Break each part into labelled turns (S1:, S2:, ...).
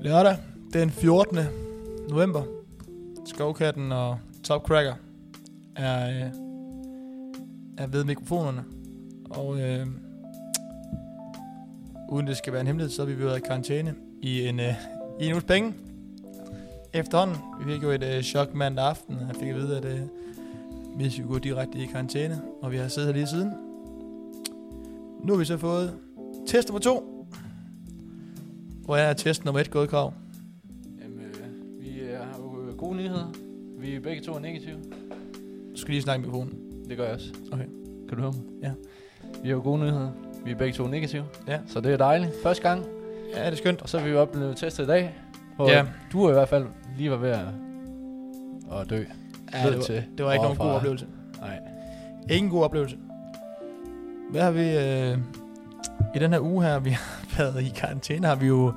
S1: Lørdag, den 14. november. Skovkatten og Topcracker er, øh, er ved mikrofonerne. Og øh, uden det skal være en hemmelighed, så har vi været i karantæne i en, øh, i en uges penge. Efterhånden, vi fik jo et øh, chok mandag aften. Jeg fik at vide, at øh, vi skulle gå direkte i karantæne, og vi har siddet her lige siden. Nu har vi så fået test nummer to. Hvor er test nummer et gået, Krav?
S2: Jamen, øh, vi øh, har jo øh, gode nyheder. Vi er begge to er negative.
S1: Du skal lige snakke i mikrofonen.
S2: Det gør jeg også.
S1: Okay.
S2: Kan du høre mig?
S1: Ja.
S2: Vi har jo gode nyheder. Vi er begge to negative.
S1: Ja.
S2: Så det er dejligt. Første gang.
S1: Ja, det er skønt.
S2: Og så er vi jo op- blevet testet i dag. Hvor
S1: Ja.
S2: du i hvert fald lige var ved at, at dø.
S1: Ja, det, var,
S2: til.
S1: det var ikke nogen god
S2: overfra.
S1: oplevelse.
S2: Nej.
S1: Ingen god oplevelse. Hvad har vi... Øh, I den her uge her, vi har været i karantæne, har vi jo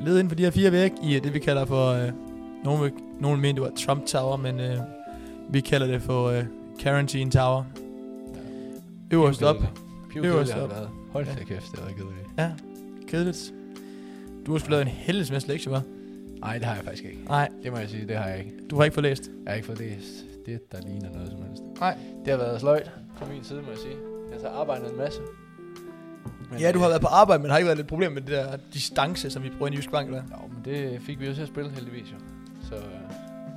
S1: levet inden for de her fire væg i øh, det, vi kalder for... Øh, nogen, vil- nogen mener, det var Trump Tower, men øh, vi kalder det for øh, Quarantine Tower.
S2: Ja.
S1: Øverst op. Øverst
S2: Pivkedeligt har
S1: op.
S2: det været. Hold da
S1: Ja.
S2: kæft, det var kedeligt.
S1: Ja, kedeligt. Du har sgu lavet en helvedes masse lektier, hva'?
S2: Nej, det har jeg faktisk ikke.
S1: Nej,
S2: Det må jeg sige, det har jeg ikke.
S1: du har ikke fået læst.
S2: Jeg har ikke fået læst det, der ligner noget som helst.
S1: Nej.
S2: Det har været sløjt på min side, må jeg sige. Jeg har arbejdet en masse. Men,
S1: Ja, du har
S2: øh,
S1: været på arbejde, men har ikke været lidt problem med det der distance, som vi bruger i en jysk bank, eller hvad?
S2: Jo, men det fik vi jo til at spille heldigvis jo. Så, øh,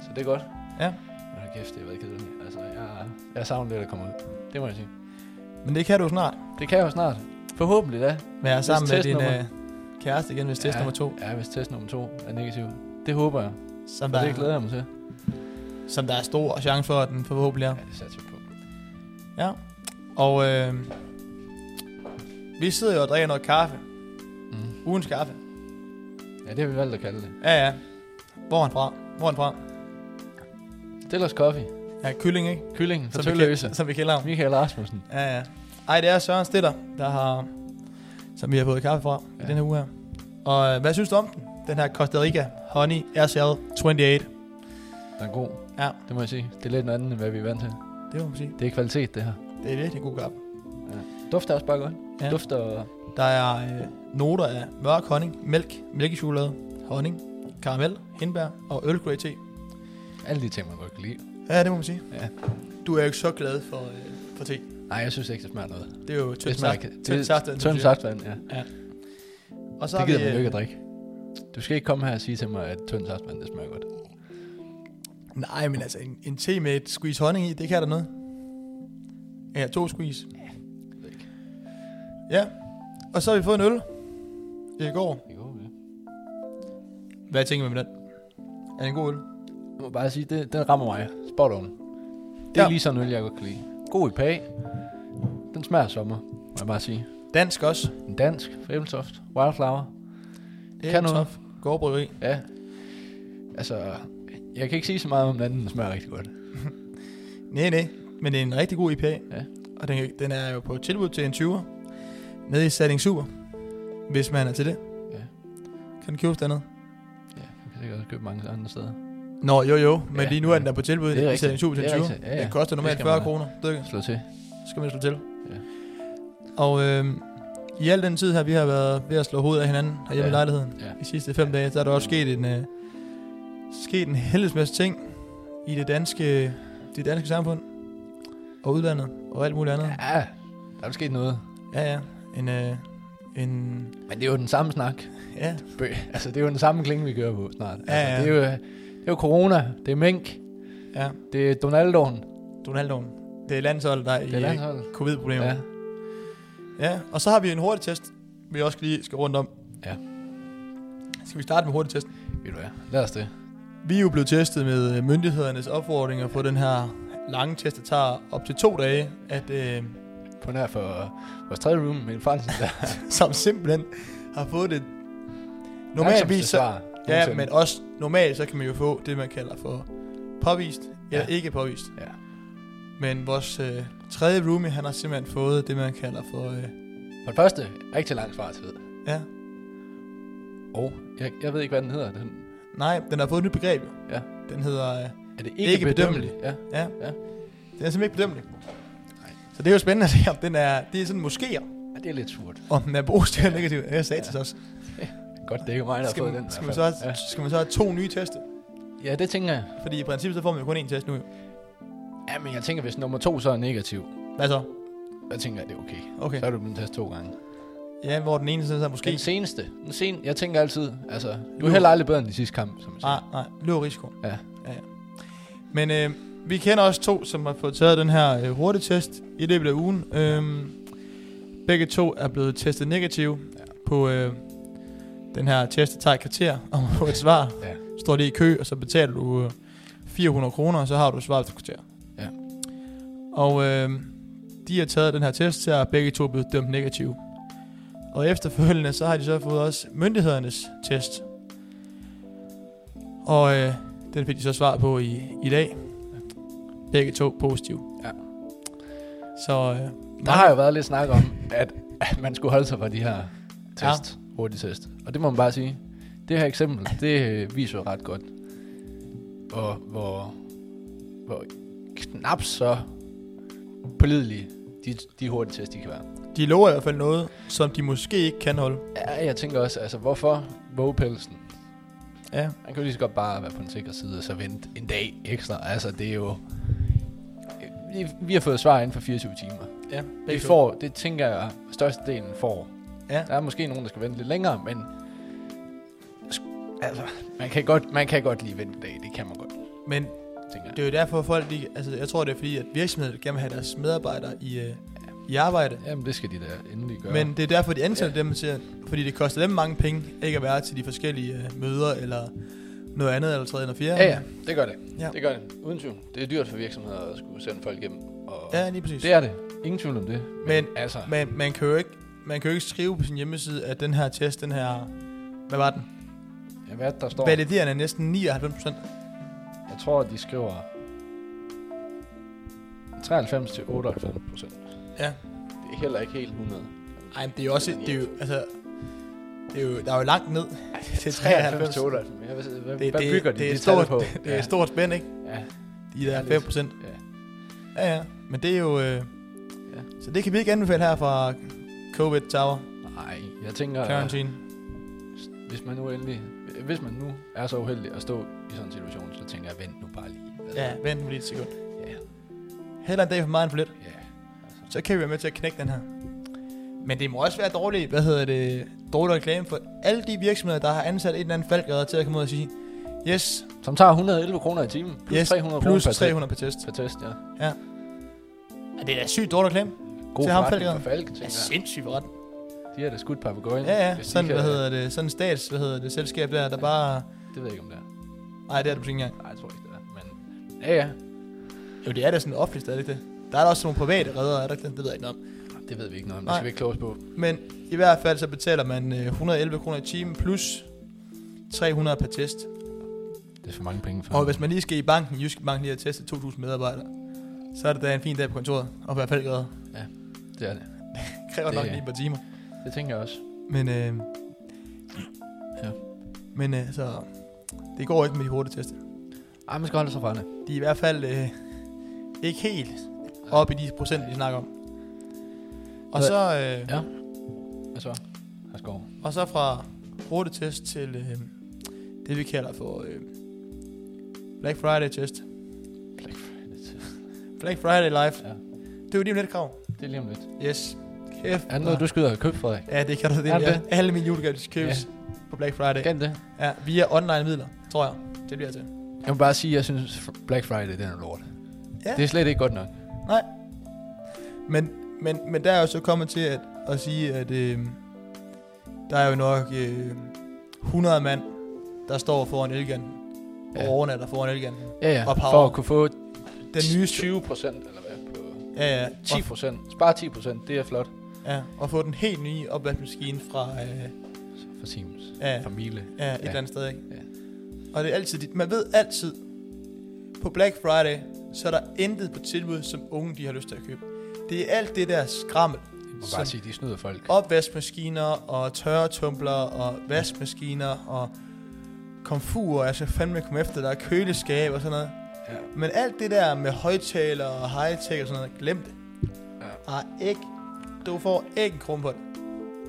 S2: så det er godt.
S1: Ja.
S2: Men hold kæft, det har været kedeligt. Altså, jeg, jeg savner lidt at komme ud. Det må jeg sige.
S1: Men det kan du snart.
S2: Det kan jeg jo snart. Forhåbentlig da.
S1: Være sammen med din
S2: testnummer-
S1: øh, kæreste igen, hvis test
S2: Ja.
S1: nummer to,
S2: Ja, hvis test nummer to er negativ. Det håber jeg.
S1: som
S2: Og
S1: der,
S2: det glæder jeg mig til.
S1: som der er stor chance for, at den forhåbentlig er.
S2: Ja, det satser jeg på.
S1: Ja. Og øh, vi sidder jo og drikker noget kaffe.
S2: Mm.
S1: Ugens kaffe.
S2: Ja, det har vi valgt at kalde det.
S1: Ja, ja. Hvor er han fra? Hvor er han fra?
S2: Stillers Coffee.
S1: Ja, kylling, ikke?
S2: Kyllingen fra
S1: vi,
S2: Tølløse.
S1: kal- som vi kalder ham.
S2: Michael Rasmussen.
S1: Ja, ja. Ej, det er Søren Stitter, der har, som vi har fået kaffe fra ja. i
S2: Ja.
S1: den her uge her. Og øh, hvad synes du om den? Den her Costa Rica Honey RCL 28.
S2: Den er god.
S1: Ja.
S2: Det må jeg sige. Det er lidt noget andet, end hvad vi er vant til.
S1: Det må man sige.
S2: Det er kvalitet, det her.
S1: Det er virkelig god kaffe.
S2: Dufter også bare godt.
S1: Ja.
S2: Ja. Dufter
S1: Der er øh, noter af mørk honning, mælk, mælkechokolade, honning, karamel, hindbær og Earl Grey te.
S2: alle de ting, man godt kan lide.
S1: Ja, det må man sige.
S2: Ja.
S1: Du er jo ikke så glad for, øh, for te.
S2: Nej, jeg synes ikke, det smager noget.
S1: Det er jo
S2: Det
S1: tyndt
S2: smager
S1: saft.
S2: ikke. det-
S1: Tynd saftvand.
S2: Tynd saftvand, ja.
S1: Og så
S2: Så det
S1: har vi,
S2: gider man jo
S1: øh,
S2: ikke at drikke. Du skal ikke komme her og sige til mig, at tynd saftvand, det smager godt.
S1: Nej, men altså en, en te med et squeeze honning i, det kan der noget. Ja, to squeeze.
S2: ved ikke.
S1: Ja, og så har vi fået en øl i går.
S2: Jo, ja.
S1: Hvad tænker man med den? Er det en god øl?
S2: Jeg må bare sige, det, den rammer mig. Spot on. Det er
S1: Ja.
S2: ja. lige sådan en øl, jeg godt kan lide. God IPA. Den smager af sommer, må jeg bare sige.
S1: Dansk også.
S2: En dansk, fra Ebeltoft, Wildflower.
S1: Det
S2: kan noget.
S1: Gårdbryggeri.
S2: Ja. Altså, jeg kan ikke sige så meget om den anden, den smager rigtig godt.
S1: Nej, nej. Men det er en rigtig god IPA.
S2: Ja.
S1: Og den, den er jo på tilbud til en 20'er. Nede i Salling Super. Hvis man er til det.
S2: Ja.
S1: Kan den købes dernede?
S2: Ja, man kan sikkert også købe mange andre steder.
S1: Nå, jo jo. Men
S2: Ja.
S1: lige nu er den der på tilbud
S2: Det er
S1: i
S2: rigtigt.
S1: Salling Super til en
S2: Det er
S1: 20'er.
S2: rigtigt. Ja, ja.
S1: Den koster
S2: Det
S1: normalt
S2: skal
S1: 40
S2: man have.
S1: kroner. Det
S2: Slå til.
S1: skal man slå til.
S2: Ja.
S1: Og øh, i al den tid her, vi har været ved at slå hovedet af hinanden herhjemme ja. i
S2: Ja.
S1: lejligheden ja.
S2: Ja.
S1: i sidste fem dage, så er der også sket en, øh, sket en helvedes masse ting i det danske, det danske samfund og udlandet og alt muligt andet.
S2: Ja, der er sket noget.
S1: Ja, ja. En, øh, en,
S2: Men det er jo den samme snak.
S1: ja,
S2: Bø. Altså, det er jo den samme klinge, vi kører på snart.
S1: Ja,
S2: Ja, altså,
S1: ja.
S2: Det, er jo, det er jo corona, det er mink,
S1: ja.
S2: det er Donaldoen,
S1: Donaldoen. Det er landsholdet, der er
S2: det er
S1: i øh,
S2: landsholdet.
S1: covid-problemer.
S2: Ja.
S1: Ja. ja. Og så har vi en hurtig test, vi også lige skal rundt om.
S2: Ja.
S1: Skal vi starte med hurtig test?
S2: Ved du hvad, lad os det.
S1: Vi er jo blevet testet med øh, myndighedernes opfordringer på den her lange test, der tager op til to dage, at, øh,
S2: På nær for vores tredje room, med Fransen, der
S1: som simpelthen har fået det
S2: langsomste
S1: normalvis. Så,
S2: svar
S1: ja,
S2: nogensinde.
S1: men også normalt, så kan man jo få det, man kalder for påvist eller
S2: Ja.
S1: ikke påvist.
S2: Ja.
S1: Men vores øh, tredje roomie, han har simpelthen fået det, man kalder for... Øh,
S2: For det første, rigtig langt svar til ved.
S1: ja,
S2: Og jeg, jeg ved ikke, hvad den hedder. Den,
S1: nej, den har fået et nyt begreb. jo.
S2: Ja.
S1: Den hedder... Øh,
S2: er det
S1: Ikke
S2: ikke, bedømmelig? Ja.
S1: ja,
S2: Ja.
S1: den er simpelthen ikke bedømmelig.
S2: Nej.
S1: Så det er jo spændende at se, om den er... Det er sådan måske,
S2: ja. det er lidt surt.
S1: om den er positiv eller negativ. Jeg sagde ja. til os.
S2: Godt, det er ikke mig, der har
S1: Skal,
S2: fået den.
S1: man,
S2: i
S1: skal, man
S2: hvert
S1: så
S2: fald.
S1: have, skal man så have to nye teste?
S2: ja. ja, det tænker jeg.
S1: Fordi i princippet så får man jo kun én test nu. jo.
S2: Ja, men jeg tænker, hvis nummer to så er negativ,
S1: Hvad så?
S2: så tænker jeg, det er okay.
S1: Okay.
S2: Så er du blevet testet to gange.
S1: Ja, hvor den ene sådan så måske...
S2: Den seneste. Den sen, jeg tænker altid, altså, du
S1: Nu. Ah.
S2: er heller aldrig bedre end de sidste kamp, som jeg siger.
S1: Nej, nej. Løber risiko.
S2: Ja.
S1: ja, ja. Men øh, vi kender også to, som har fået taget den her øh, hurtigtest i løbet af ugen. Øh, begge to er blevet testet negativ ja.
S2: Ja.
S1: på øh, den her test, der tager et kvarter om at få et svar.
S2: Ja.
S1: Står det i kø, og så betaler du øh, 400 kroner, og så har du svaret efter et kvarter.
S2: Ja.
S1: Og øh, de har taget den her test, så er begge to blevet dømt negativ. Og efterfølgende, så har de så fået også myndighedernes test. Og øh, den fik de så svar på i, i dag. Begge to positive.
S2: Ja.
S1: Så øh,
S2: Der har jo været lidt snak om, at, at man skulle holde sig fra de her test, ja. hurtige test. Og det må man bare sige. Det her eksempel, det øh, viser jo ret godt, hvor, hvor, hvor knap så pålidelige de, de hurtige test, de kan være.
S1: de lover i hvert fald noget, som de måske ikke kan holde.
S2: Ja, jeg tænker også, altså hvorfor vågepelsen?
S1: Ja.
S2: Man kan jo lige så godt bare være på den sikre side, og så vente en dag ekstra. Altså, det er jo... Vi, vi har fået svar inden for 24 timer.
S1: ja
S2: Vi får, det tænker jeg, størstedelen får.
S1: Ja.
S2: Der er måske nogen, der skal vente lidt længere, men... sk- Altså, man kan godt, man kan godt lige vente en dag. Det kan man godt,
S1: Men
S2: tænker jeg.
S1: det er jo derfor, at folk... De, altså, jeg tror, det er fordi, at virksomheder gerne vil have deres medarbejdere i, øh, i arbejde.
S2: Jamen, det skal de da endelig gøre.
S1: Men det er derfor, de ansætter dem til, at- fordi det koster dem mange penge, ikke at være til de forskellige øh, møder, eller noget andet, eller tredje, eller fjerde.
S2: Ja, ja, det gør det.
S1: Ja.
S2: Det gør det. Uden tvivl. Det er dyrt for virksomheder at skulle sende folk hjem. Og
S1: Ja, lige præcis.
S2: Det er det. Ingen tvivl om det.
S1: Men-
S2: altså...
S1: Man, man, kan jo ikke, man kan jo ikke skrive på sin hjemmeside, at den her test, den her... Hvad var den?
S2: Ja, hvad er det, der står?
S1: Validerende er næsten 99 procent.
S2: Jeg tror, de skriver 93 til 98 procent.
S1: Ja.
S2: Det er heller ikke helt 100.
S1: Ej, men det er jo også... Det er jo, altså, det er jo, der er jo langt ned
S2: Altså,
S1: til 93.
S2: til
S1: Det,
S2: 98. Hvad, hvad,
S1: det,
S2: hvad bygger de
S1: det, er
S2: de
S1: stort,
S2: tal på?
S1: det, det er et stort spænd, ikke?
S2: Ja, ja,
S1: De
S2: Ja,
S1: der
S2: lidt.
S1: 5 procent.
S2: ja.
S1: Ja, ja. Men det er jo... Øh,
S2: Ja.
S1: ja. Så det kan vi ikke anbefale her fra COVID Tower
S2: Nej, jeg tænker,
S1: Quarantine.
S2: hvis man nu endelig, hvis man nu er så uheldig at stå i sådan en situation, så tænker jeg, vent nu bare lige. Altså,
S1: Ja, vent nu lige et sekund.
S2: ja,
S1: Heller en dag for meget end for lidt.
S2: ja. Altså,
S1: Så kan vi være med til at knække den her. Men det må også være dårligt, hvad hedder det, dårlig reklame for alle de virksomheder, der har ansat en eller anden falkredder til at komme ud og sige, yes,
S2: som tager 111 kroner i timen, plus
S1: yes,
S2: 300
S1: plus
S2: kroner per,
S1: 300 per test.
S2: Test, per test, ja.
S1: Ja, det er da sygt dårlig reklame.
S2: God
S1: Til ham,
S2: forretning
S1: Falk,
S2: for Falk, tænker
S1: Det er
S2: jeg.
S1: sindssygt ret.
S2: De har da skudt papagøjen.
S1: Ja, ja.
S2: Hvis de
S1: Sådan,
S2: kan-
S1: hvad hedder det, sådan en stats, hvad hedder det, selskab der, der
S2: Ja.
S1: bare...
S2: Det ved jeg ikke, om det er.
S1: Nej, det er det måske ikke engang.
S2: Nej, jeg tror ikke, det er. Men ja, ja.
S1: Jo, det er da sådan offentligt, er det ikke det? Der er da også nogle private reddere, er der ikke det? Det ved jeg ikke noget om.
S2: Det ved vi ikke noget om.
S1: Nej.
S2: Det skal vi ikke kloge os på.
S1: Men i hvert fald så betaler man øh, 111 kroner i timen plus 300 per test.
S2: Det er for mange penge for
S1: Og hvis man lige skal i banken, Jyske Bank lige har testet 2.000 medarbejdere, så er det da en fin dag på kontoret, og i hvert fald redder.
S2: Det er det.
S1: Kræver
S2: Det-
S1: nok lige et par timer.
S2: Det tænker jeg også.
S1: Men, øh,
S2: Ja.
S1: men øh, så, det går ikke med de hurtige tester.
S2: Ej, man skal holde sig fra det.
S1: De er i hvert fald øh, ikke helt oppe i de procent, vi snakker om. Og
S2: Hvad-
S1: så, øh,
S2: Ja. Hvad så? Herskov.
S1: og så fra hurtigtest til øh, det, vi kalder for øh, Black Friday test.
S2: Black Friday.
S1: Black Friday live.
S2: Ja.
S1: Det er jo lige om lidt krav.
S2: Det er lige om lidt.
S1: Yes. Kæft.
S2: Er det
S1: mand.
S2: noget, du skyder og købe, Frederik?
S1: Ja, det kan du det.
S2: Er det
S1: Ja. Alle mine julegaver de købes på Black Friday.
S2: Kan det?
S1: Ja, via online midler, tror jeg. Det bliver til.
S2: Jeg må bare sige, at jeg synes, Black Friday, det er noget lort.
S1: Ja.
S2: Det er slet ikke godt nok.
S1: Men, men, men der er jo så kommet til at, at sige, at øh, der er jo nok øh, 100 mand, der står foran Elgiganten. Ja.
S2: Ja.
S1: Og overnatter foran Elgiganten.
S2: Ja, ja.
S1: Og power.
S2: For at kunne få
S1: Den nye...
S2: 20 procent, eller hvad? På
S1: Ja, ja.
S2: 10
S1: Og,
S2: procent. Spar 10 procent. Det er flot.
S1: ja, og få den helt nye opvaskemaskine fra øh,
S2: For Siemens.
S1: ja,
S2: For Miele.
S1: ja, et eller andet sted, ikke?
S2: Ja.
S1: Og det er altid... dit- Man ved altid, på Black Friday, så er der intet på tilbud, som unge de har lyst til at købe. Det er alt det der skrammel.
S2: Jeg må
S1: Så-
S2: bare sige, de snyder folk.
S1: opvaskemaskiner og tørretumbler og vaskemaskiner og komfurer, jeg skal fandme komme efter, der er køleskab og sådan noget.
S2: Ja.
S1: Men alt det der med højtaler og high-tech og sådan noget, glem det.
S2: Ja.
S1: Ej, ikke. Du får ikke en krum på det.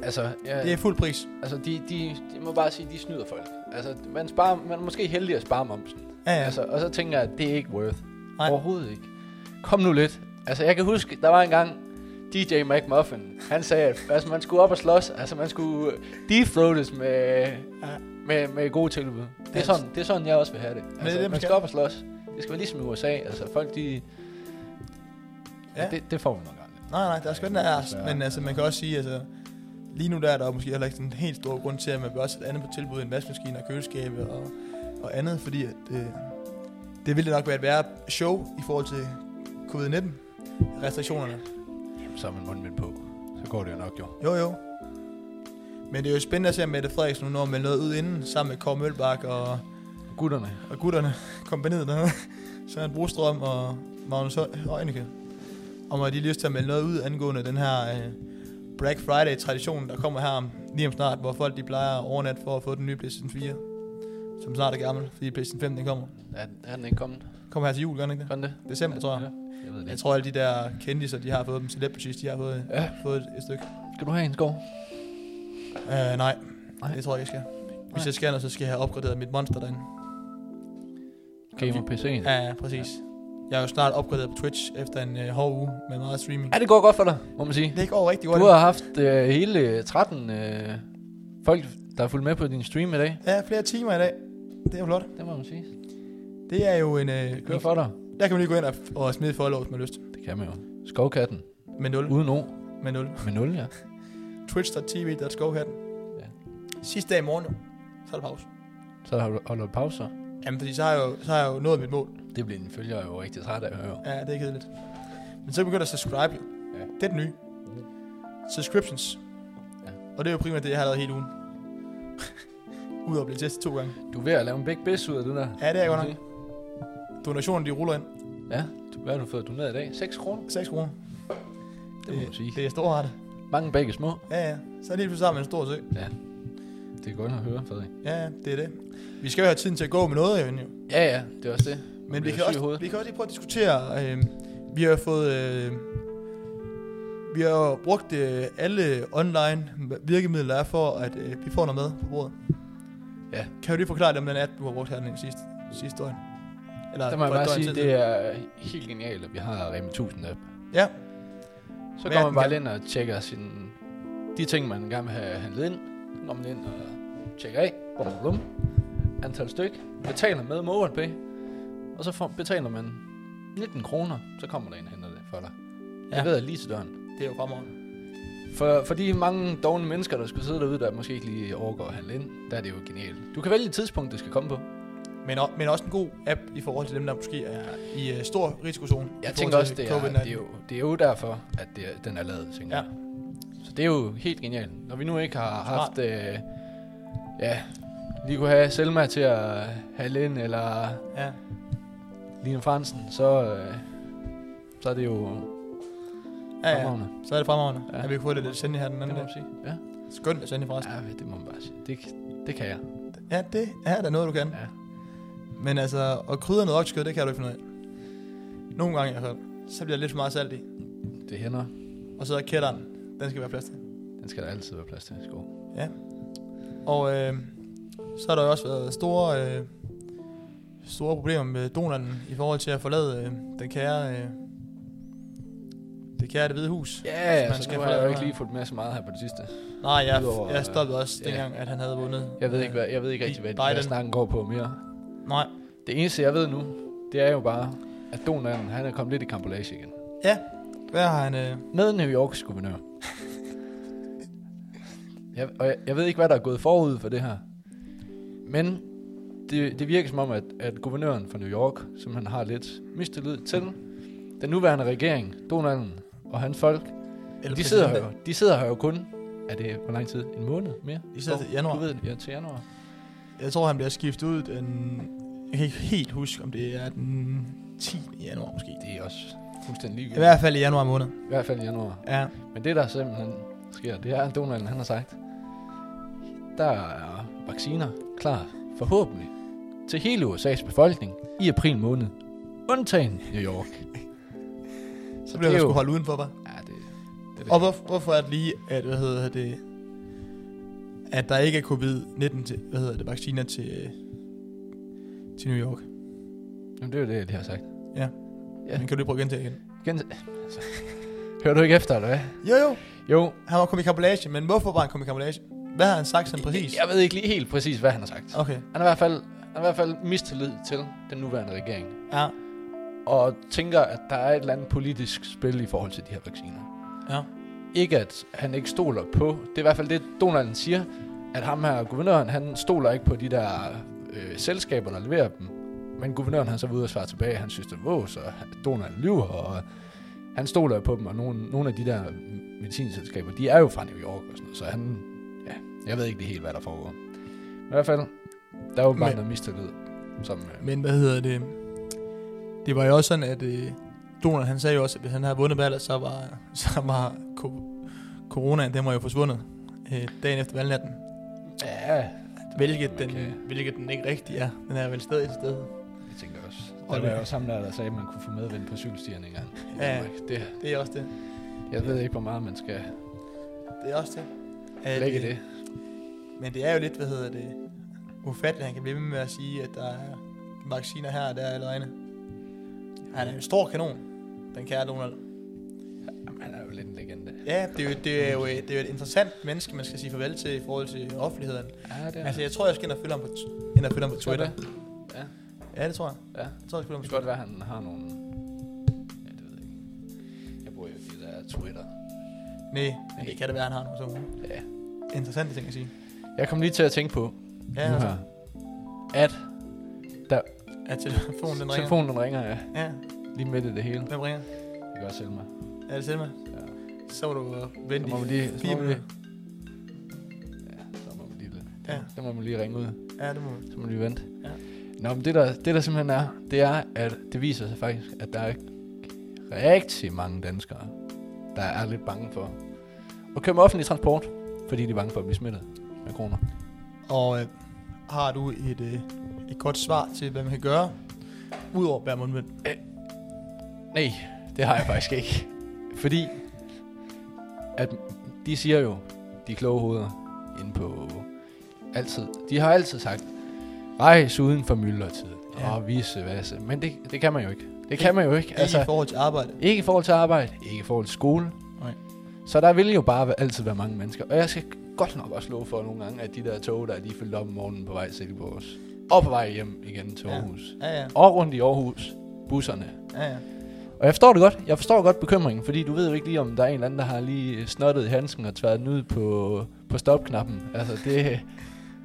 S2: Altså, ja,
S1: Det er fuld pris.
S2: altså de, de, de, må bare sige, de snyder folk. Altså, man, sparer, man er måske heldig at spare momsen.
S1: Ja, ja.
S2: Altså, og så tænker jeg, at det er ikke worth.
S1: Nej.
S2: Nej. Overhovedet ikke. Kom nu lidt. Altså, jeg kan huske, der var engang DJ McMuffin. Han sagde, at altså, man skulle op og slås. Altså, man skulle øh, defroates med,
S1: Ja.
S2: med, med gode tilbud. Det er,
S1: Ja,
S2: sådan, det er sådan, jeg også vil have det.
S1: det er
S2: Altså,
S1: det, man
S2: det, man skal
S1: skal.
S2: op og slås. Det skal være ligesom i USA. Altså, folk, de...
S1: Ja.
S2: Ja. Det, det får man nok aldrig.
S1: Nej, nej, der er sgu den der,
S2: desværre.
S1: men altså, man kan også sige, altså, lige nu der er der jo måske heller ikke sådan en helt stor grund til, at man bør også sætte andet på tilbud end vaskemaskiner og køleskabe og, og andet, fordi at, øh, det ville nok være et værre show i forhold til covid-19 restriktionerne.
S2: Jamen, så er man mundbind på. Så går det jo nok, jo.
S1: Jo, jo. Men det er jo spændende at se, om Mette Frederiksen nu når med noget ud inden, sammen med Kåre Mølbak og,
S2: Gutterne.
S1: og gutterne, kompaniet dernede, Søren Brostrøm og Magnus Hø- Heunicke, om at de har lyst til at melde noget ud angående den her øh, Black Friday-tradition, der kommer her om, lige om snart, hvor folk de plejer at overnatte for at få den nye PlayStation 4, som snart er gammel, fordi PlayStation 5 den kommer.
S2: Er, er den ikke kommet?
S1: Kommer her til jul, gør den ikke det?
S2: Kom det?
S1: December, tror jeg.
S2: Jeg ved det
S1: Jeg
S2: ikke.
S1: tror, alle de der kendiser, de har fået dem, celebrities, de har fået,
S2: Ja.
S1: fået et, et stykke.
S2: Skal du have en skov?
S1: Øh, nej,
S2: Nej.
S1: det tror jeg ikke, jeg skal. Hvis
S2: Nej.
S1: jeg skal, noget, så skal jeg have opgraderet mit monster derinde.
S2: Gamer PC'en.
S1: Ja, ja præcis. Jeg er jo snart opgraderet på Twitch efter en øh, hård uge med meget streaming.
S2: Ja, det går godt for dig, må man sige.
S1: Det går rigtig
S2: Du
S1: hurtigt.
S2: har haft øh, hele øh, 13 øh, folk, der har fulgt med på din stream i dag.
S1: Ja, flere timer i dag. Det er jo flot.
S2: Det må man sige.
S1: Det er jo en... Øh,
S2: Det kører for dig.
S1: der kan man lige gå ind og, og smide follow, hvis man har lyst.
S2: Det kan man jo. Skovkatten.
S1: Med 0.
S2: Uden O.
S1: Med 0.
S2: Med 0, ja.
S1: Twitch.tv.skovhatten.
S2: Ja.
S1: Ja. Sidste dag i morgen, jo, så er der pause.
S2: Så har du holdt pauser.
S1: Jamen, fordi så har jeg jo, så har jeg jo nået mit mål.
S2: Det bliver en følger jo rigtig træt af at høre.
S1: Ja, det er kedeligt. Men så begynder jeg at subscribe, jo.
S2: Ja.
S1: Ja. Det er det nye. Subscriptions.
S2: Ja.
S1: Ja. Og det er jo primært det, jeg har lavet hele ugen. Udover at blive testet to gange.
S2: Du er ved at lave en big biz ud af det der.
S1: Ja, det er jeg godt
S2: nok.
S1: nok. Donationen, de ruller ind.
S2: Ja. Du- Hvad har du fået doneret i dag? 6 kroner.
S1: 6 kroner.
S2: Det må man sige.
S1: Det er storartet.
S2: Mange begge små.
S1: Ja, ja. Så er det lige pludselig sammen en stor sø.
S2: Det er godt at høre, Frederik.
S1: Ja, ja, det er det. Vi skal jo have tiden til at gå med noget, Jørgen, jo.
S2: Ja, ja. Det er også det. Man
S1: Men vi kan,
S2: bliver syg i
S1: også,
S2: hovedet.
S1: vi kan også lige prøve at diskutere. Øh, vi har jo fået... Øh, vi har jo brugt øh, alle online virkemidler der er for, at øh, vi får noget med på bordet.
S2: Ja.
S1: Kan du lige forklare lidt om den app, du har brugt her den sidste, sidste døgn? Eller
S2: Der må jeg
S1: for et
S2: bare
S1: døgn
S2: sige,
S1: siden?
S2: det er helt genialt, at vi har Rema 1000 app.
S1: Ja.
S2: Så
S1: Hvad
S2: går
S1: er
S2: man
S1: den
S2: bare
S1: kan-
S2: ind og tjekker sin, de ting, man gerne vil have handlet ind. Så Går man ind og tjekker af. Bum, bum, bum. Antal styk. Betaler med MobilePay. Og så får, betaler man 19 kroner. Så kommer der en og henter det for dig. Ja.
S1: Ja.
S2: Jeg ved lige til døren.
S1: Det er jo fremover.
S2: For, for de mange dogne mennesker, der skulle sidde derude, der måske ikke lige overgår at handle ind, der er det jo genialt. Du kan vælge et tidspunkt, det skal komme på.
S1: Men, o- men også en god app i forhold til dem, der måske er i øh, stor risikozone. i
S2: Jeg
S1: forhold
S2: tænker også,
S1: til
S2: det er,
S1: COVID-19.
S2: det, er jo, det er jo derfor, at det er, den er lavet, tænker
S1: Ja.
S2: ja. jeg. Så det er jo helt genialt. Når vi nu ikke har haft... Øh, ja, lige kunne have Selma til at halde ind, eller
S1: Ja.
S2: Line Fransen, så, øh, så er det jo
S1: Ja, ja.
S2: fremragende,
S1: Så er det fremragende, ja.
S2: Ja.
S1: at vi kan få lidt af Sandy her den
S2: det
S1: anden
S2: må
S1: dag.
S2: man sige. Ja.
S1: Skønt at Sandy forresten.
S2: ja, det må man bare sige. Det, det kan jeg.
S1: Ja, det er da noget, du kan.
S2: Ja.
S1: Men altså, at krydre noget oksekød, det kan du ikke finde ud af. Nogle gange, jeg har hørt, så bliver der lidt for meget salt i.
S2: Det hænder.
S1: Og så er kælderen, den skal være plads til.
S2: Den skal der altid være plads til. Skov.
S1: Og øh, så har der jo også været store, øh, store problemer med donoren i forhold til at forlade øh, den kære... Øh, det kære det hvide hus.
S2: Ja,
S1: man
S2: altså,
S1: skal
S2: nu har jeg jo
S1: forlade-
S2: ikke lige fulgt med så meget her på det sidste.
S1: Nej, jeg,
S2: Udover,
S1: jeg stoppede også
S2: ja.
S1: dengang, at han havde vundet.
S2: Jeg ved ikke, hvad, jeg ved ikke
S1: I
S2: rigtig, hvad,
S1: Biden.
S2: hvad snakken går på mere.
S1: Nej,
S2: Det eneste, jeg ved nu, det er jo bare, at Donald, han er kommet lidt i kampolage igen.
S1: hvad har han... Øh,
S2: Med New Yorks guvernør. jeg, og jeg, jeg ved ikke, hvad der er gået forud for det her. Men det, det virker som om, at, at guvernøren fra New York, som han har lidt mistillid til, den nuværende regering, Donald og hans folk,
S1: eller
S2: de sidder, her,
S1: præsidenten-
S2: jo- de sidder her jo kun, er det hvor lang tid? En måned mere?
S1: De sidder til januar.
S2: Du ved, ja, til januar.
S1: Jeg tror, han bliver skiftet ud den... Jeg kan ikke helt huske, om det er den 10. januar måske.
S2: Det er også fuldstændig
S1: I
S2: ligegyldigt.
S1: hvert fald i januar måned.
S2: I hvert fald i januar.
S1: Ja.
S2: Men det, der simpelthen sker, det er, at Donald han har sagt, der er vacciner klar forhåbentlig til hele USA's befolkning i april måned. Undtagen New York.
S1: Så bliver
S2: det
S1: jeg
S2: er
S1: sgu
S2: jo-
S1: holdt udenfor, hva'?
S2: Ja, det, det, er det.
S1: Og hvorfor, hvorfor er det lige, at hvad hedder det, at der ikke er covid-19 til, hvad hedder det, vacciner til, øh, til New York.
S2: Jamen, det er jo det, jeg lige har sagt.
S1: Ja.
S2: Ja.
S1: Men kan du lige prøve at gentage igen?
S2: Gent- Hører du ikke efter, eller hvad?
S1: Jo, jo.
S2: Jo,
S1: Han var kommet i kampolage, men hvorfor var han kommet i kampolage? Hvad har han sagt sådan præcis?
S2: Jeg ved ikke lige helt præcis, hvad han har sagt.
S1: Okay,
S2: Han har i hvert fald, han har i hvert fald mistillid til den nuværende regering.
S1: ja.
S2: Og tænker, at der er et eller andet politisk spil i forhold til de her vacciner.
S1: Ja.
S2: Ikke at han ikke stoler på, det er i hvert fald det, Donald han siger, at ham her, guvernøren, han stoler ikke på de der øh, selskaber, der leverer dem. Men guvernøren har så været ude og svare tilbage, at han synes, det var så Donald lyver, og han stoler på dem, og nogle, nogle af de der medicinselskaber, de er jo fra New York og sådan noget, så han, ja, jeg ved ikke lige helt, hvad der foregår. Men i hvert fald, der er jo bare
S1: Men-
S2: noget mistillid, som... Øh,
S1: Men hvad hedder det? Det var jo også sådan, at øh, Donald han sagde jo også, at hvis han havde vundet valget, så var, så var ko- coronaen, den var jo forsvundet øh, dagen efter valgnatten.
S2: ja,
S1: Hvilket den,
S2: Okay.
S1: hvilket den ikke rigtig er. Den er vel stadig til stede.
S2: Jeg tænker også.
S1: Og
S2: Der var
S1: det-
S2: jo også ham der, der sagde, at man kunne få medvind på cykelstierne engang.
S1: Ja.
S2: Ja. Det,
S1: Det er også det.
S2: jeg ved ikke, hvor meget man skal
S1: Det er også det. At,
S2: lægge i
S1: øh,
S2: det.
S1: Men det er jo lidt, hvad hedder det, ufatteligt, at han kan blive ved med at sige, at der er vacciner her og der eller andet. Han er en stor kanon, den kære Donald.
S2: Jamen, han er jo lidt en legende.
S1: Ja, det er, jo, det, er jo, det er jo et interessant menneske, man skal sige farvel til i forhold til offentligheden.
S2: Ja, det
S1: Ja.
S2: er
S1: Altså, jeg tror, jeg skal ind og følge ham på, t- ind og følge ham på
S2: Skal
S1: Twitter.
S2: det? Ja.
S1: Ja, det tror jeg.
S2: Ja.
S1: Jeg tror, jeg følger ham
S2: Det
S1: på
S2: kan
S1: Twitter.
S2: godt være, at han har nogle... Ja, det ved jeg ikke. Jeg bruger jo ikke det der Twitter.
S1: Nej, men det kan det være, han har nogle sådan nogle
S2: Ja.
S1: interessante ting at sige.
S2: Jeg kom lige til at tænke på,
S1: Ja,
S2: nu
S1: altså,
S2: her, at
S1: at telefonen den ringer.
S2: telefonen den ringer, ja.
S1: Ja,
S2: Lige midt i det hele.
S1: hvem ringer?
S2: Det kan også sælge mig.
S1: Er det Selma?
S2: Ja.
S1: Så må du øh,
S2: Så
S1: vente
S2: må man
S1: i
S2: lige... Så
S1: fire
S2: må man
S1: minutter.
S2: lige ja, så må man lige...
S1: Ja.
S2: Der må man lige ringe ud.
S1: Ja, det må du.
S2: Så må vi vente.
S1: Ja.
S2: Ja. Nå, men det der, det der simpelthen er, det er, at det viser sig faktisk, at der er rigtig mange danskere, der er lidt bange for at køre med offentlig transport, fordi de er bange for at blive smittet med corona.
S1: Og øh, har du et, øh, et godt svar til, hvad man kan gøre, udover at være mundvind?
S2: Nej, det har jeg faktisk ikke. Fordi at de siger jo, de kloge hoveder inde på altid. De har altid sagt, rejs uden for myldretid.
S1: Ja.
S2: Ja. Og vise vasse. Men det, det kan man jo ikke. Det kan man jo ikke.
S1: Altså, I forhold til arbejde.
S2: Ikke i forhold til arbejde, ikke i forhold til skole.
S1: Nej.
S2: Så der vil jo bare væ- altid være mange mennesker. Og jeg skal godt nok også love for nogle gange, at de der tog, der er lige fyldt op om morgenen på vej til Silkeborg. Og på vej hjem igen til
S1: Ja.
S2: Aarhus.
S1: Ja, ja,
S2: Og rundt i Aarhus. Busserne.
S1: ja, ja.
S2: Og jeg forstår det godt. Jeg forstår godt bekymringen, fordi du ved jo ikke lige, om der er en eller anden, der har lige snottet i handsken og tværet den ud på, på stopknappen. Altså, det,
S1: Nej,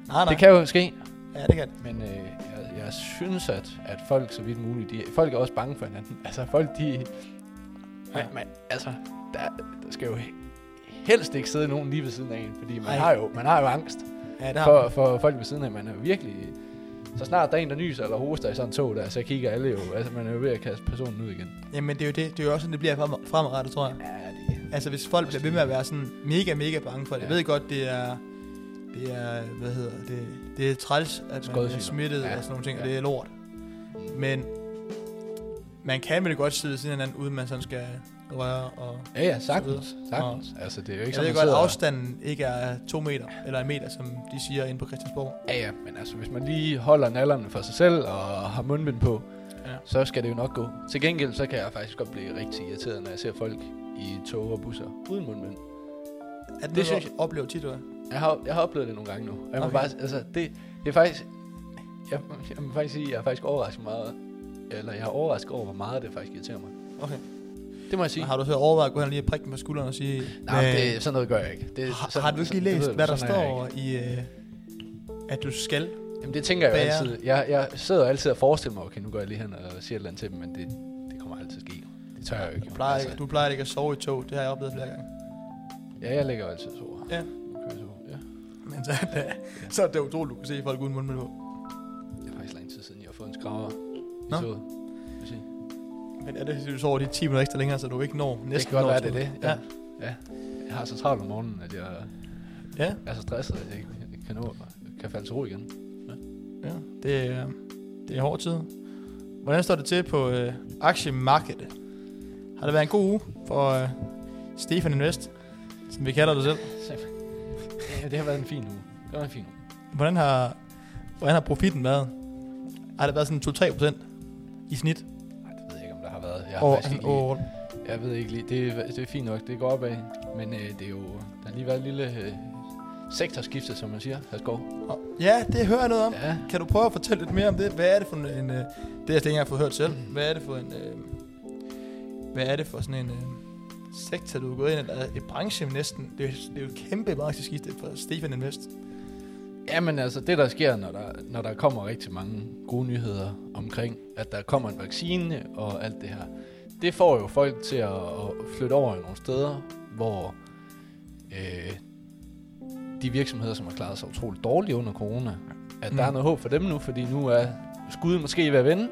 S1: nej.
S2: det kan jo ske.
S1: Ja, det kan det.
S2: Men øh, jeg, jeg synes, at, at folk så vidt muligt, de, folk er også bange for hinanden. Altså folk, de...
S1: Ja.
S2: Ja. Man, altså, der, der skal jo he- helst ikke sidde nogen lige ved siden af en, fordi man,
S1: Ej.
S2: har jo, man har jo angst
S1: Ja, det har
S2: for, for folk ved siden af. Man er jo virkelig... Så snart der er en, der nyser eller hoster i sådan en tog der, så kigger alle jo... Altså, man er jo ved at kaste personen ud igen.
S1: Jamen, det er jo det. Det er jo også sådan, det bliver frem- fremadrettet, tror jeg.
S2: Ja, det
S1: Altså, hvis folk bliver ved med at være sådan mega, mega bange for det. Jeg
S2: Ja.
S1: ved godt, det er... Det er, hvad hedder det, det er træls, at man er
S2: Skodsygdom.
S1: smittet ja.
S2: Ja,
S1: og sådan nogle ting, ja. og
S2: ja.
S1: det er lort. Men man kan vel godt sidde ved siden af hinanden, uden man sådan skal røre og
S2: Ja, ja, sagtens. Sagtens. Altså, det er jo ikke
S1: Jeg ved
S2: sådan,
S1: godt, at
S2: man sidder-
S1: afstanden ikke er to meter, eller en meter, som de siger inde på Christiansborg.
S2: Ja, ja, men altså, hvis man lige holder nallerne for sig selv og har mundbind på,
S1: Ja.
S2: ja. så skal det jo nok gå. Til gengæld, så kan jeg faktisk godt blive rigtig irriteret, når jeg ser folk i tog og busser uden mundbind.
S1: Er det,
S2: Det
S1: det
S2: synes
S1: synes jeg oplever tit, du er?
S2: Jeg har, jeg har oplevet det nogle gange nu. Og jeg okay.
S1: Okay.
S2: må bare, altså, det, det er faktisk... Jeg, jeg må faktisk sige, at jeg er faktisk overrasket meget... Eller jeg er overrasket over, hvor meget det faktisk irriterer mig.
S1: Okay.
S2: Det må jeg sige.
S1: Har du så overvejet at gå hen og lige prikke dem på skulderen og sige...
S2: Nej,
S1: "Øh,
S2: det, sådan noget gør jeg ikke. Det,
S1: har,
S2: sådan-
S1: har du ikke lige
S2: sådan- det ved
S1: læst,
S2: du,
S1: hvad der
S2: sådan er jeg ikke.
S1: står i... Øh, at du skal?
S2: Jamen det tænker jeg jo
S1: Bære.
S2: altid. Jeg, jeg sidder jo altid og forestiller mig, okay, nu går jeg lige hen og siger et eller andet til dem, men det, det kommer aldrig til at ske. Det tør jeg jo ikke. altså.
S1: Du
S2: jo.
S1: plejer, ikke, du plejer ikke at sove i tog, det har jeg oplevet flere gange.
S2: Ja, jeg lægger jo altid så.
S1: Ja.
S2: ja.
S1: Men så, er det, så er det utroligt, du kan se folk uden mundbind på.
S2: Det er faktisk lang tid siden, jeg har fået en skraver i
S1: Nå.
S2: toget. vil jeg sige.
S1: Men er det, fordi du sover de 10 minutter ekstra længere, så du ikke når
S2: Det
S1: næsten
S2: kan godt
S1: når
S2: være, det er
S1: toget?
S2: det. Ja. ja. Jeg har så travlt om morgenen, at jeg
S1: Ja,
S2: er så stresset, at jeg ikke ikke kan, nå, kan falde til ro igen.
S1: ja. Det, er, det er hård tid. Hvordan står det til på øh, aktiemarkedet? Har det været en god uge for øh, Stefan Invest, som vi kalder det selv?
S2: Ja, det har været en fin uge. Det var fint.
S1: Hvordan har, hvordan har profitten været? Har det været sådan 2-3% i snit?
S2: Ej, det ved jeg ikke, om der har været. Jeg, har
S1: Og,
S2: faktisk ikke lige,
S1: og,
S2: jeg ved ikke lige. Det, er- det er fint nok. Det går opad. Men øh, det er jo... Der har lige været et lille øh, sektorskifte, som man siger. Hasgård.
S1: og, ja, det hører jeg noget om.
S2: Ja.
S1: Kan du prøve at fortælle lidt mere om det? Hvad er det for en... øh, det har jeg slet ikke engang fået hørt selv. Hvad er det for en... Øh, hvad er det for sådan en øh, sektor, du er gået ind i? Eller et branche næsten. Det er, jo- det er jo et kæmpe brancheskifte for Stefan Invest.
S2: Jamen altså, det der sker, når der, når der kommer rigtig mange gode nyheder omkring, at der kommer en vaccine og alt det her, det får jo folk til at, at flytte over i nogle steder, hvor øh, de virksomheder, som har klaret sig utroligt dårligt under corona, at mm. der
S1: Mm.
S2: er noget håb for dem nu, fordi nu er skuddet måske ved at vende.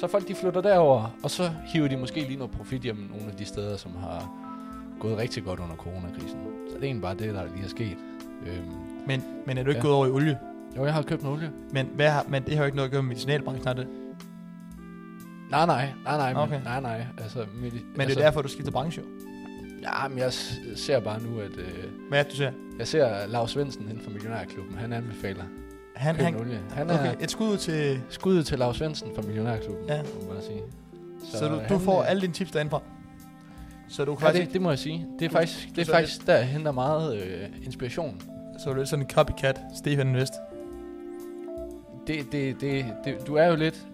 S2: Så folk de flytter derover, og så hiver de måske lige noget profit hjem nogle af de steder, som har gået rigtig godt under coronakrisen. Så det er egentlig bare det, der lige er sket. Øhm,
S1: Men, men er du ikke
S2: Ja.
S1: ja. gået over i olie?
S2: jo, jeg har købt noget olie.
S1: Men, hvad har, men det har jo ikke noget at gøre med medicinalbranchen, har det? Men
S2: Nej, nej, nej, nej, okay.
S1: Okay.
S2: men, nej, nej. Altså, med,
S1: altså, det er jo derfor, du skifter branche. jo.
S2: Ja, men jeg s- ser bare nu, at øh,
S1: Hvad er det, du ser?
S2: jeg ser Lars Svendsen inden for Millionærklubben. Han anbefaler
S1: Han,
S2: køb
S1: han,
S2: en olie. Han er
S1: okay,
S2: okay.
S1: et skud ud til...
S2: skuddet til Lars Svendsen fra Millionærklubben,
S1: Ja.
S2: ja. må man bare sige.
S1: Så, så du,
S2: han,
S1: du får
S2: øh,
S1: alle dine tips derindefra. Så du kan
S2: Ja,
S1: faktisk
S2: det, det må jeg sige. Det er
S1: Du-
S2: faktisk,
S1: du
S2: det er
S1: så
S2: faktisk der, jeg henter meget øh, inspiration.
S1: Så er du lidt sådan en copycat, Stefan Invest.
S2: Det, det, det, det, du er jo lidt...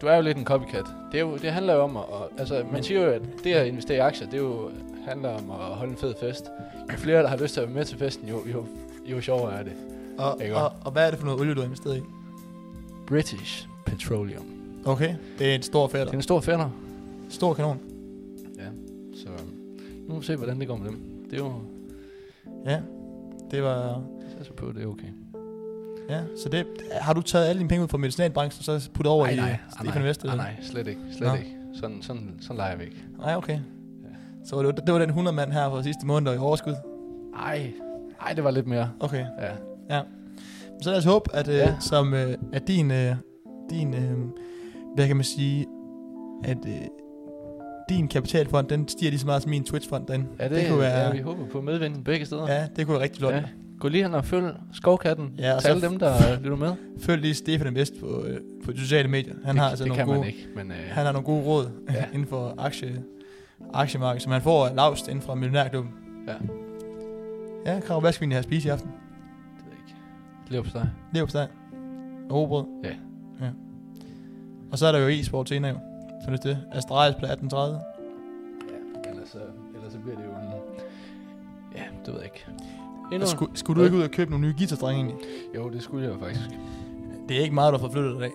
S2: Du er jo lidt en copycat. Det, er jo, det handler jo om at... Og, altså, man siger jo, at det at investere i aktier, det er jo, handler om at holde en fed fest. Jo flere, der har lyst til at være med til festen, jo, jo, jo sjovere er det.
S1: Og,
S2: Ikke
S1: og, og hvad er det for noget olie, du har investeret i?
S2: British Petroleum.
S1: Okay, det er en stor
S2: Det er
S1: fætter.
S2: en stor fænder,
S1: Stor kanon.
S2: så øh, nu må vi se, hvordan det går med dem. Det er jo...
S1: Ja, det var...
S2: Jeg så på, det er okay.
S1: Ja, så det, har du taget alle dine penge ud fra medicinalbranchen, og så puttet over i Stefan Vest?
S2: nej,
S1: eller?
S2: nej, slet ikke, slet
S1: Nå.
S2: ikke. Sådan, sådan, sådan leger vi ikke.
S1: nej, okay. Så det var, det var den 100 mand her fra sidste måned, der var i overskud.
S2: Ej, ej, det var lidt mere.
S1: Okay.
S2: Ja.
S1: Så lad os håbe, at, øh,
S2: Ja.
S1: ja. som, øh, at din, øh, din øh, hvad kan man sige, at øh, din kapitalfond, den stiger lige så meget som min Twitch-fond derinde.
S2: Ja, det,
S1: det kunne være,
S2: ja, vi håber på medvinden begge steder.
S1: ja, det kunne være rigtig flot. Ja.
S2: Ja. Gå lige hen og følg Skovkatten.
S1: Ja,
S2: Ja,
S1: og
S2: til
S1: så-
S2: alle dem, der øh, lytter med. Han
S1: Følg lige Stefan Vest på, øh, på de sociale medier. Han
S2: det,
S1: har altså
S2: det
S1: nogle
S2: kan
S1: gode,
S2: man ikke, men øh,
S1: han har nogle gode råd
S2: Ja.
S1: ja. inden for aktie, aktiemarkedet, som han får af Laust inden fra Millionærklubben.
S2: Ja.
S1: Ja, Krav, hvad skal vi egentlig have spist i aften?
S2: det ved jeg ikke. Lige op til dig.
S1: Det er på steg. Og robrød.
S2: Ja.
S1: ja. Og så er der jo e-sport senere jo. Så det er det. Astralis på 18.30.
S2: Ja, ellers, så, ellers så bliver det jo en... Ja, det ved jeg ikke. Endnu en-
S1: Sku, skulle du ikke ud og købe nogle nye guitardrenge egentlig?
S2: Jo, det skulle jeg jo faktisk.
S1: Det er ikke meget, der får flyttet i dag.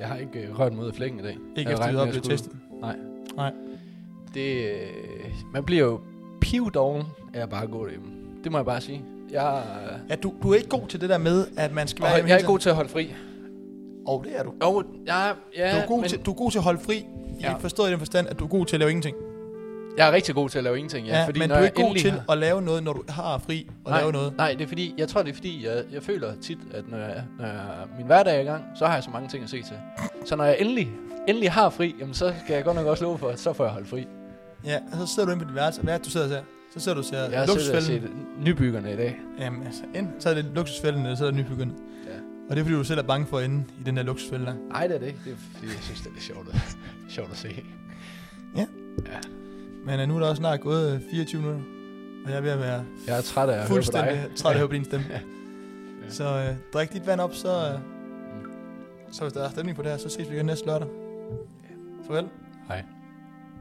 S2: Jeg har ikke øh, rørt mig ud af flækken i dag. Jeg
S1: Ikke
S2: havde
S1: efter
S2: regnet
S1: vi
S2: med,
S1: var
S2: jeg
S1: blevet
S2: skulle.
S1: testet.
S2: Det, øh, man bliver jo pivdoven af at bare gå derhjemme. Det må jeg bare sige. Jeg, øh,
S1: Ja, du, du er ikke god til det der med, at man skal være...
S2: og jeg er ikke god til at holde fri.
S1: Og det er du.
S2: Jo, jeg,
S1: Ja,
S2: jeg,
S1: du, er god
S2: men
S1: til, du er god til at holde fri.
S2: Ja.
S1: Ja. Forstået i den forstand, at du er god til at lave ingenting.
S2: jeg er rigtig god til at lave ingenting. Ja,
S1: Ja,
S2: fordi
S1: men du
S2: når
S1: er
S2: jeg
S1: ikke god
S2: endelig
S1: til
S2: har-
S1: at lave noget, når du har fri og
S2: nej,
S1: lave noget.
S2: Nej, det er fordi, jeg tror, det er fordi, jeg, jeg føler tit, at når, jeg, når jeg, min hverdag er i gang, så har jeg så mange ting at se til. Så når jeg endelig, endelig har fri, jamen, så skal jeg godt nok også love for, at så får jeg holdt fri.
S1: Ja, og så sidder du inde på dit værelse. Hvad er det, du sidder og ser? Så sidder du og ser
S2: Jeg har siddet og
S1: luksusfælden.
S2: set nybyggerne i dag.
S1: Jamen altså, enten så er det luksusfælden, eller så er det nybegyndende.
S2: Ja.
S1: Ja. Og det er fordi, du selv er bange for at ende i den der luksusfælde der.
S2: Nej, det er det ikke. Det er fordi, jeg synes, det er sjovt at, sjovt at se.
S1: Men øh, nu er der også snart gået øh, 24 minutter, og jeg er ved at være
S2: Jeg er træt af at høre på dig.
S1: fuldstændig træt af at høre på din stemme.
S2: Ja.
S1: Så øh, drik dit vand op, så, øh,
S2: Mm.
S1: så hvis der er stemning på det her, så ses vi igen næste lørdag. Farvel.
S2: Hej.